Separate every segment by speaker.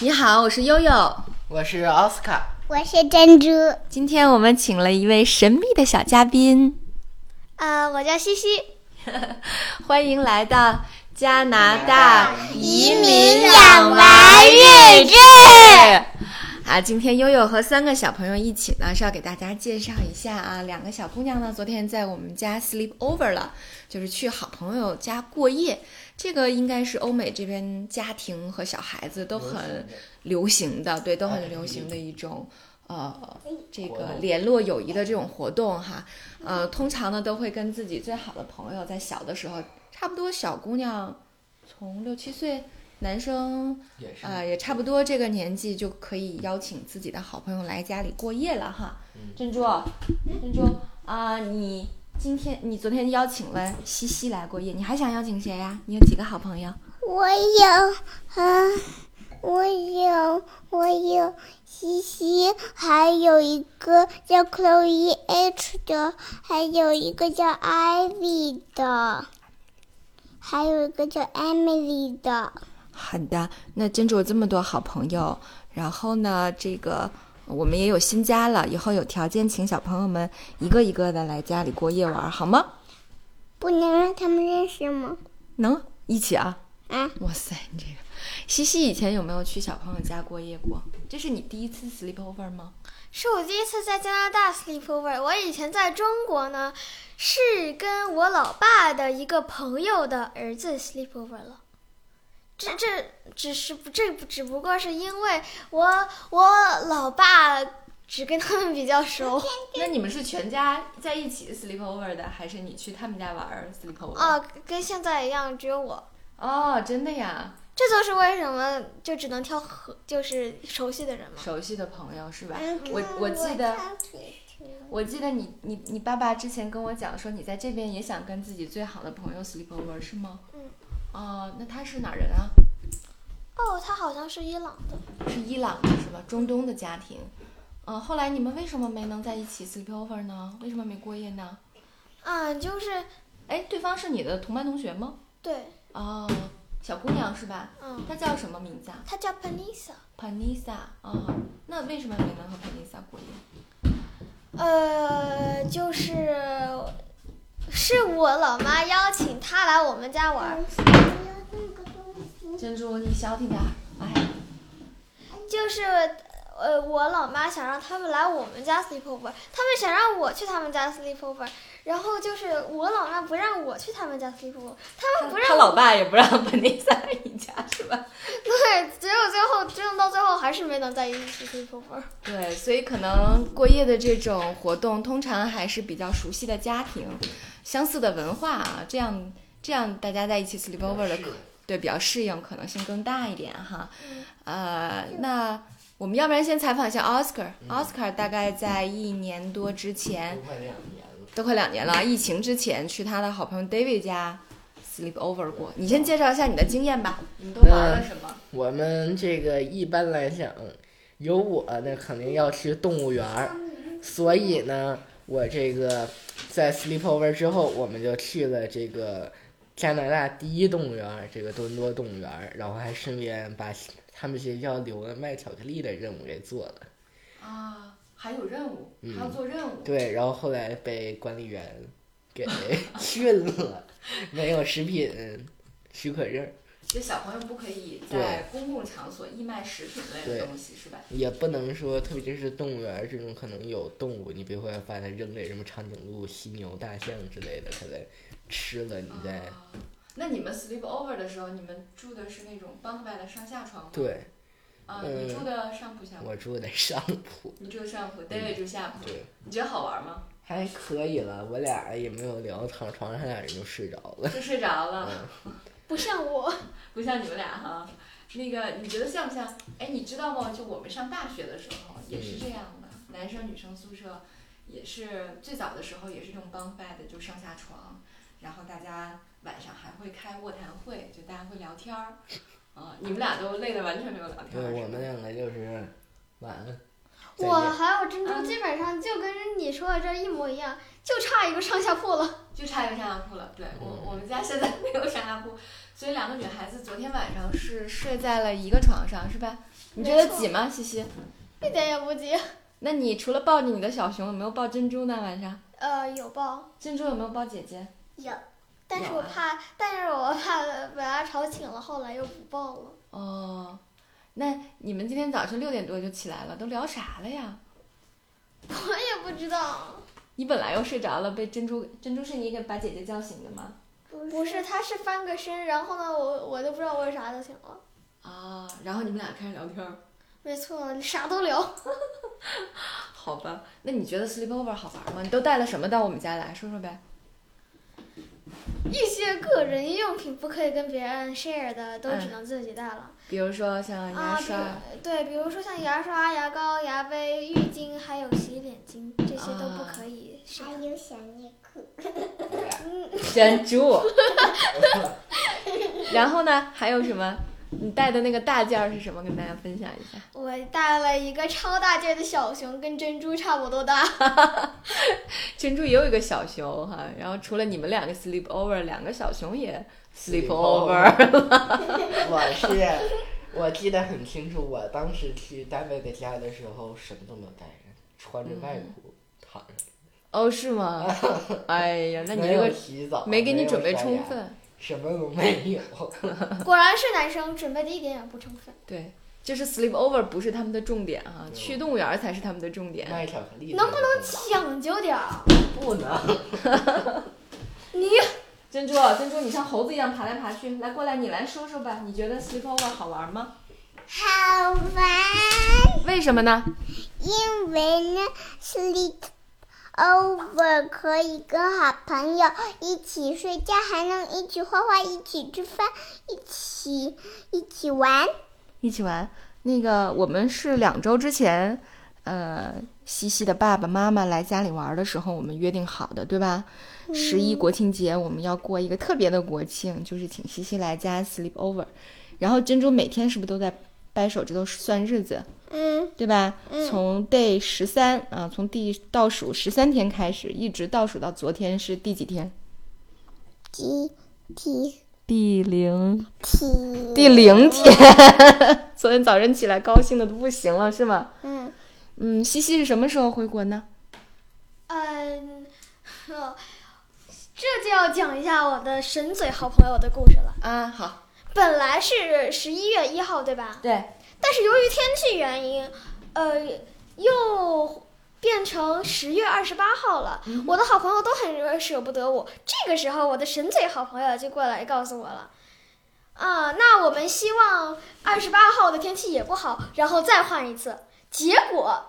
Speaker 1: 你好，我是悠悠。
Speaker 2: 我是奥斯卡，
Speaker 3: 我是珍珠，
Speaker 1: 今天我们请了一位神秘的小嘉宾，
Speaker 3: 呃，我叫西西，
Speaker 1: 欢迎来到加拿大
Speaker 3: 移民养娃日志。
Speaker 1: 啊，今天悠悠和三个小朋友一起呢，是要给大家介绍一下啊，两个小姑娘呢，昨天在我们家 sleep over 了，就是去好朋友家过夜。这个应该是欧美这边家庭和小孩子都很流行的，对，
Speaker 2: 啊
Speaker 1: 都很流行的一种呃这
Speaker 2: 活
Speaker 1: 个
Speaker 2: 动
Speaker 1: 联络友谊的这种活动哈。呃，通常呢都会跟自己最好的朋友在小的时候，差不多小姑娘从六七岁，男生
Speaker 2: 也是
Speaker 1: 啊、也差不多这个年纪就可以邀请自己的好朋友来家里过夜了哈。
Speaker 2: 嗯
Speaker 1: 珍珠，珍珠啊、你今天你昨天邀请了西西来过夜，你还想邀请谁呀、你有几个好朋友？
Speaker 3: 我有，嗯、我有，我有西西，还有一个叫 Chloe H 的，还有一个叫 Ivy 的，还有一个叫 Emily 的。
Speaker 1: 好的，那珍珠有这么多好朋友，然后呢，这个我们也有新家了，以后有条件请小朋友们一个一个的来家里过夜玩，好吗？
Speaker 3: 不能让他们认识吗？
Speaker 1: 能一起啊？
Speaker 3: 啊，
Speaker 1: 哇塞，你这个西西以前有没有去小朋友家过夜过？这是你第一次 sleepover 吗？
Speaker 4: 是我第一次在加拿大 sleepover。我以前在中国呢，是跟我老爸的一个朋友的儿子 sleepover 了。这这只是这不只不过是因为我我老爸只跟他们比较熟。
Speaker 1: 那你们是全家在一起 sleepover 的，还是你去他们家玩 sleepover？
Speaker 4: 哦，跟现在一样，只有我。
Speaker 1: 哦，真的呀，
Speaker 4: 这就是为什么就只能挑合，就是熟悉的人嘛。
Speaker 1: 熟悉的朋友是吧？
Speaker 3: 嗯
Speaker 1: 我我记得。我记得你你你爸爸之前跟我讲说，你在这边也想跟自己最好的朋友 sleepover 是吗？
Speaker 4: 嗯。
Speaker 1: 哦，那他是哪儿人啊？
Speaker 4: 哦，他好像是伊朗的。
Speaker 1: 是伊朗的是吧？中东的家庭。嗯、后来你们为什么没能在一起 sleepover 呢？为什么没过夜呢？
Speaker 4: 嗯，就是
Speaker 1: 哎，对方是你的同班同学吗？
Speaker 4: 对，
Speaker 1: 哦，小姑娘是吧？
Speaker 4: 嗯，
Speaker 1: 她叫什么名字啊
Speaker 4: 他叫 Panisa。
Speaker 1: ？Panisa 啊、那为什么没能和 Panisa 过夜？
Speaker 4: 呃，就是是我老妈邀请她来我们家玩儿，
Speaker 1: 珍珠，你小点点儿。哎，
Speaker 4: 就是呃，我老妈想让他们来我们家 sleepover，他们想让我去他们家 sleepover，然后就是我老妈不让我去他们家 sleepover，他们不
Speaker 1: 他
Speaker 4: 让我，
Speaker 1: 老爸也不让 Panisa 一家是吧？
Speaker 4: 对，只有最后，真的到最后还是没能在一起 sleepover。
Speaker 1: 对，所以可能过夜的这种活动，通常还是比较熟悉的家庭、相似的文化啊，这样这样大家在一起 sleepover 的可对比较适应，可能性更大一点哈。呃，那我们要不然先采访一下 Oscar，Oscar、Oscar 大概在一年多之前
Speaker 2: 都，快两年了，
Speaker 1: 都快两年了，疫情之前去他的好朋友 David 家 sleepover 过。你先介绍一下你的经验吧，你们都玩了什么？
Speaker 2: 我们这个一般来讲，有我那肯定要去动物园儿，所以呢，我这个在 sleepover 之后，我们就去了这个加拿大第一动物园儿，这个多伦多动物园儿，然后还顺便把他们学校留的卖巧克力的任务给做了。
Speaker 1: 啊，还有任务，
Speaker 2: 嗯
Speaker 1: 还要做任务。
Speaker 2: 对，然后后来被管理员给训了，没有食品许可证儿，
Speaker 1: 就小朋友不可以在公共场所义卖食品类的东西，是吧？
Speaker 2: 也不能说，特别是动物园儿这种可能有动物，你别会把它扔给什么长颈鹿、犀牛、大象之类的，它再吃了你再、
Speaker 1: 啊那你们 sleep over 的时候，你们住的是那种 bunk bed 上下床吗？
Speaker 2: 对
Speaker 1: 啊，
Speaker 2: 嗯
Speaker 1: 你住的上铺下铺，
Speaker 2: 我住在上铺，
Speaker 1: 你住上铺，David 住下铺，
Speaker 2: 对，
Speaker 1: 你觉得好玩吗？
Speaker 2: 还可以了，我俩也没有聊，躺床上俩人就睡着了。
Speaker 1: 就睡着
Speaker 2: 嗯
Speaker 1: 了，
Speaker 4: 不像我，
Speaker 1: 不像你们俩哈。那个你觉得像不像？哎，你知道吗？就我们上大学的时候也
Speaker 2: 嗯
Speaker 1: 是这样的，男生女生宿舍也是最早的时候也是这种 bunk bed，就上下床，然后大家晚上还会开卧谈会，就大家会聊天儿。啊、你们俩都累得完全没有聊天
Speaker 2: 对，
Speaker 1: 儿。
Speaker 2: 我们两个就是晚安，再
Speaker 4: 我
Speaker 2: 见。
Speaker 4: 还有珍珠
Speaker 1: 嗯
Speaker 4: 基本上就跟你说的这一模一样，就差一个上下铺了。
Speaker 1: 就差一个上下铺了。对我
Speaker 2: 嗯
Speaker 1: 我们家现在没有上下铺，所以两个女孩子昨天晚上是睡在了一个床上，是吧？你觉得
Speaker 4: 没错
Speaker 1: 挤吗，西西？
Speaker 4: 一点也不急。
Speaker 1: 那你除了抱着你的小熊，有没有抱珍珠呢？晚上
Speaker 4: 呃，有抱，
Speaker 1: 珍珠有没有抱姐姐？
Speaker 3: 有
Speaker 4: 但是
Speaker 1: 有
Speaker 4: 我
Speaker 1: 啊
Speaker 4: 怕，但是我怕 把它吵醒了，后来又不抱了。
Speaker 1: 哦，那你们今天早晨六点多就起来了，都聊啥了呀？
Speaker 4: 我也不知道，
Speaker 1: 你本来又睡着了，被珍珠珍珠是你给把姐姐叫醒的吗？
Speaker 4: 不是，它是翻个身，然后呢，我我都不知道为啥就醒了。
Speaker 1: 啊，然后你们俩开始聊天儿，
Speaker 4: 没错，啥都聊。
Speaker 1: 好吧？那你觉得 sleepover 好玩吗？你都带了什么到我们家来？说说呗。
Speaker 4: 一些个人用品不可以跟别人 share 的，都只
Speaker 1: 嗯
Speaker 4: 能自己带了。
Speaker 1: 比如说像牙
Speaker 4: 啊，
Speaker 1: 刷，
Speaker 4: 比如对，比如说像牙刷、牙膏、牙杯、浴巾，还有洗脸巾，这些都不
Speaker 1: 啊
Speaker 4: 可以 share。
Speaker 3: 还有小内裤，
Speaker 1: 珍珠。然后呢，还有什么？你带的那个大件儿是什么？跟大家分享一下。
Speaker 4: 我带了一个超大件的小熊，跟珍珠差不多大。
Speaker 1: 珍珠也有一个小熊哈，然后除了你们两个 sleep over，两个小熊也 sleep over
Speaker 2: Sleepover。我是，我记得很清楚，我当时去单位的家的时候，什么都没有带着，穿着外
Speaker 1: 嗯
Speaker 2: 裤、躺着，
Speaker 1: 哦，是 吗？哎呀，那你
Speaker 2: 没
Speaker 1: 这
Speaker 2: 有
Speaker 1: 个
Speaker 2: 洗澡，
Speaker 1: 没给你
Speaker 2: 有
Speaker 1: 准备
Speaker 2: 刷
Speaker 1: 充
Speaker 2: 牙，
Speaker 1: 分。
Speaker 2: 什么都没有。
Speaker 4: 果然是男生，准备的一点也不充分。
Speaker 1: 对，就是 sleep over 不是他们的重点哈，
Speaker 2: 对
Speaker 1: 去动物园儿才是他们的重点。
Speaker 2: 卖巧克力
Speaker 4: 能不能
Speaker 2: 起？
Speaker 4: 讲究点儿？啊
Speaker 2: 不能。
Speaker 4: 你
Speaker 1: 珍珠，珍珠，你像猴子一样爬来爬去，来过来，你来说说吧，你觉得 sleepover 好玩吗？
Speaker 3: 好玩。
Speaker 1: 为什么呢？
Speaker 3: 因为呢，sleep over 可以跟好朋友一起睡觉，还能一起画画、一起吃饭、一起一起玩。
Speaker 1: 一起玩。那个，我们是两周之前，呃，西西的爸爸妈妈来家里玩的时候，我们约定好的，对吧？十一国庆节我们要过一个特别的国庆，就是请西西来家 sleep over。然后珍珠每天是不是都在掰手指头算日子？
Speaker 3: 嗯，
Speaker 1: 对吧？从 day 十三啊，从第倒数十三天开始，一直倒数到昨天是第几天？
Speaker 3: 体体
Speaker 1: 第零
Speaker 3: 体，
Speaker 1: 第零天。 昨天早晨起来高兴的都不行了，是吗？
Speaker 3: 嗯，
Speaker 1: 嗯，西西是什么时候回国呢？
Speaker 4: 嗯，呵这就要讲一下我的神嘴好朋友的故事了。
Speaker 1: 啊，好，
Speaker 4: 本来是十一月一号，对吧？
Speaker 1: 对，
Speaker 4: 但是由于天气原因，呃，又变成十月二十八号了。我的好朋友都很舍不得我。这个时候，我的神嘴好朋友就过来告诉我了。啊、那我们希望二十八号的天气也不好，然后再换一次。结果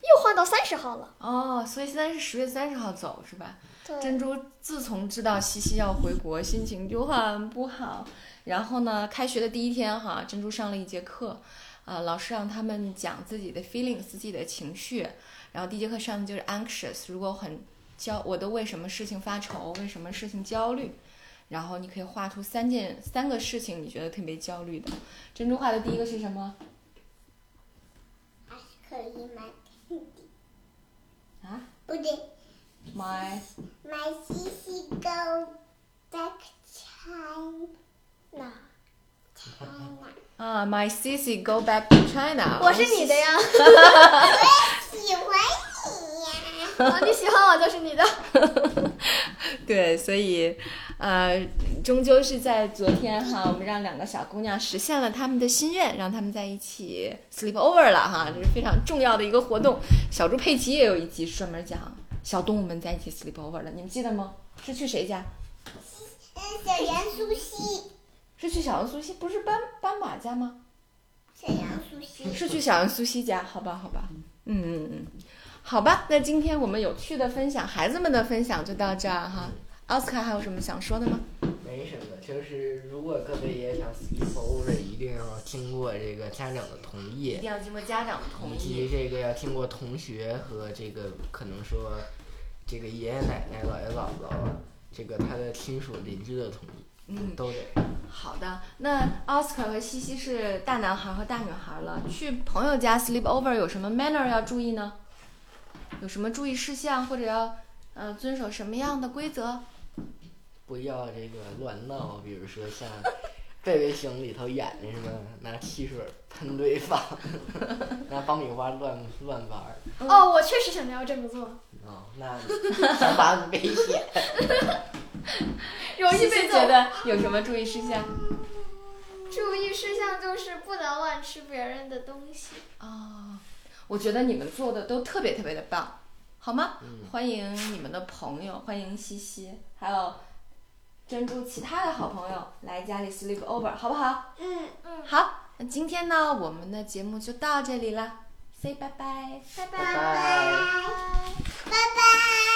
Speaker 4: 又换到三十号了。
Speaker 1: 哦，所以现在是十月三十号走是吧？
Speaker 4: 对，
Speaker 1: 珍珠自从知道西西要回国，心情就很不好。然后呢，开学的第一天哈，珍珠上了一节课，啊、老师让他们讲自己的 feelings，自己的情绪。然后第一节课上的就是 anxious，如果很焦，我都为什么事情发愁，为什么事情焦虑。然后你可以画出三件三个事情，你觉得特别焦虑的。珍珠画的第一个是什么
Speaker 3: 还是可以买
Speaker 1: 啊
Speaker 3: 不对，
Speaker 1: ？My
Speaker 3: 买西西 go back China
Speaker 4: 那
Speaker 3: China，
Speaker 1: 啊、m y Sissy go back to China。
Speaker 4: 我是你的呀，
Speaker 3: 喜欢你呀、
Speaker 4: 啊你喜欢我就是你的。
Speaker 1: 对，所以，呃，终究是在昨天哈，我们让两个小姑娘实现了她们的心愿，让她们在一起 sleep over 了哈，这是非常重要的一个活动。小猪佩奇也有一集是专门讲小动物们在一起 sleep over 的，你们记得吗？是去谁家？
Speaker 3: 嗯，小羊苏西，
Speaker 1: 是去小羊苏西，不是斑斑马家吗？
Speaker 3: 小羊苏西，
Speaker 1: 是去小羊苏西家，好吧，好吧，嗯嗯嗯，好吧，那今天我们有趣的分享，孩子们的分享就到这儿哈。奥斯卡还有什么想说的吗？
Speaker 2: 没什么，就是如果各位也想 sleep over，一定要经过这个家长的同意，
Speaker 1: 定要经过家长的
Speaker 2: 以及。这个要经过同学和这个可能说这个爷爷奶奶、姥爷姥姥，这个他的亲属邻居的同意，
Speaker 1: 嗯，
Speaker 2: 都得。
Speaker 1: 好的。那奥斯卡和西西是大男孩和大女孩了，去朋友家 sleep over 有什么 manner 要注意呢？有什么注意事项或者要呃遵守什么样的规则？
Speaker 2: 不要这个乱闹，比如说像《贝贝熊》里头演的是吧？拿汽水喷对方，拿爆米花乱乱玩儿
Speaker 5: 哦，我确实想要这么做，
Speaker 2: 哦，那你想法很危险。
Speaker 5: 容易
Speaker 1: 西
Speaker 5: 被
Speaker 1: 西
Speaker 5: 揍
Speaker 1: 觉。得有什么注意事项？
Speaker 4: 注意事项就是不能乱吃别人的东西。
Speaker 1: 哦，我觉得你们做的都特别特别的棒，好吗？欢迎你们的朋友，欢迎西西，还有珍珠其他的好朋友来家里 sleep over，好不好？
Speaker 4: 嗯嗯，
Speaker 1: 好，那今天呢，我们的节目就到这里了，say 拜拜。
Speaker 4: 拜
Speaker 2: 拜
Speaker 4: 拜
Speaker 3: 拜拜。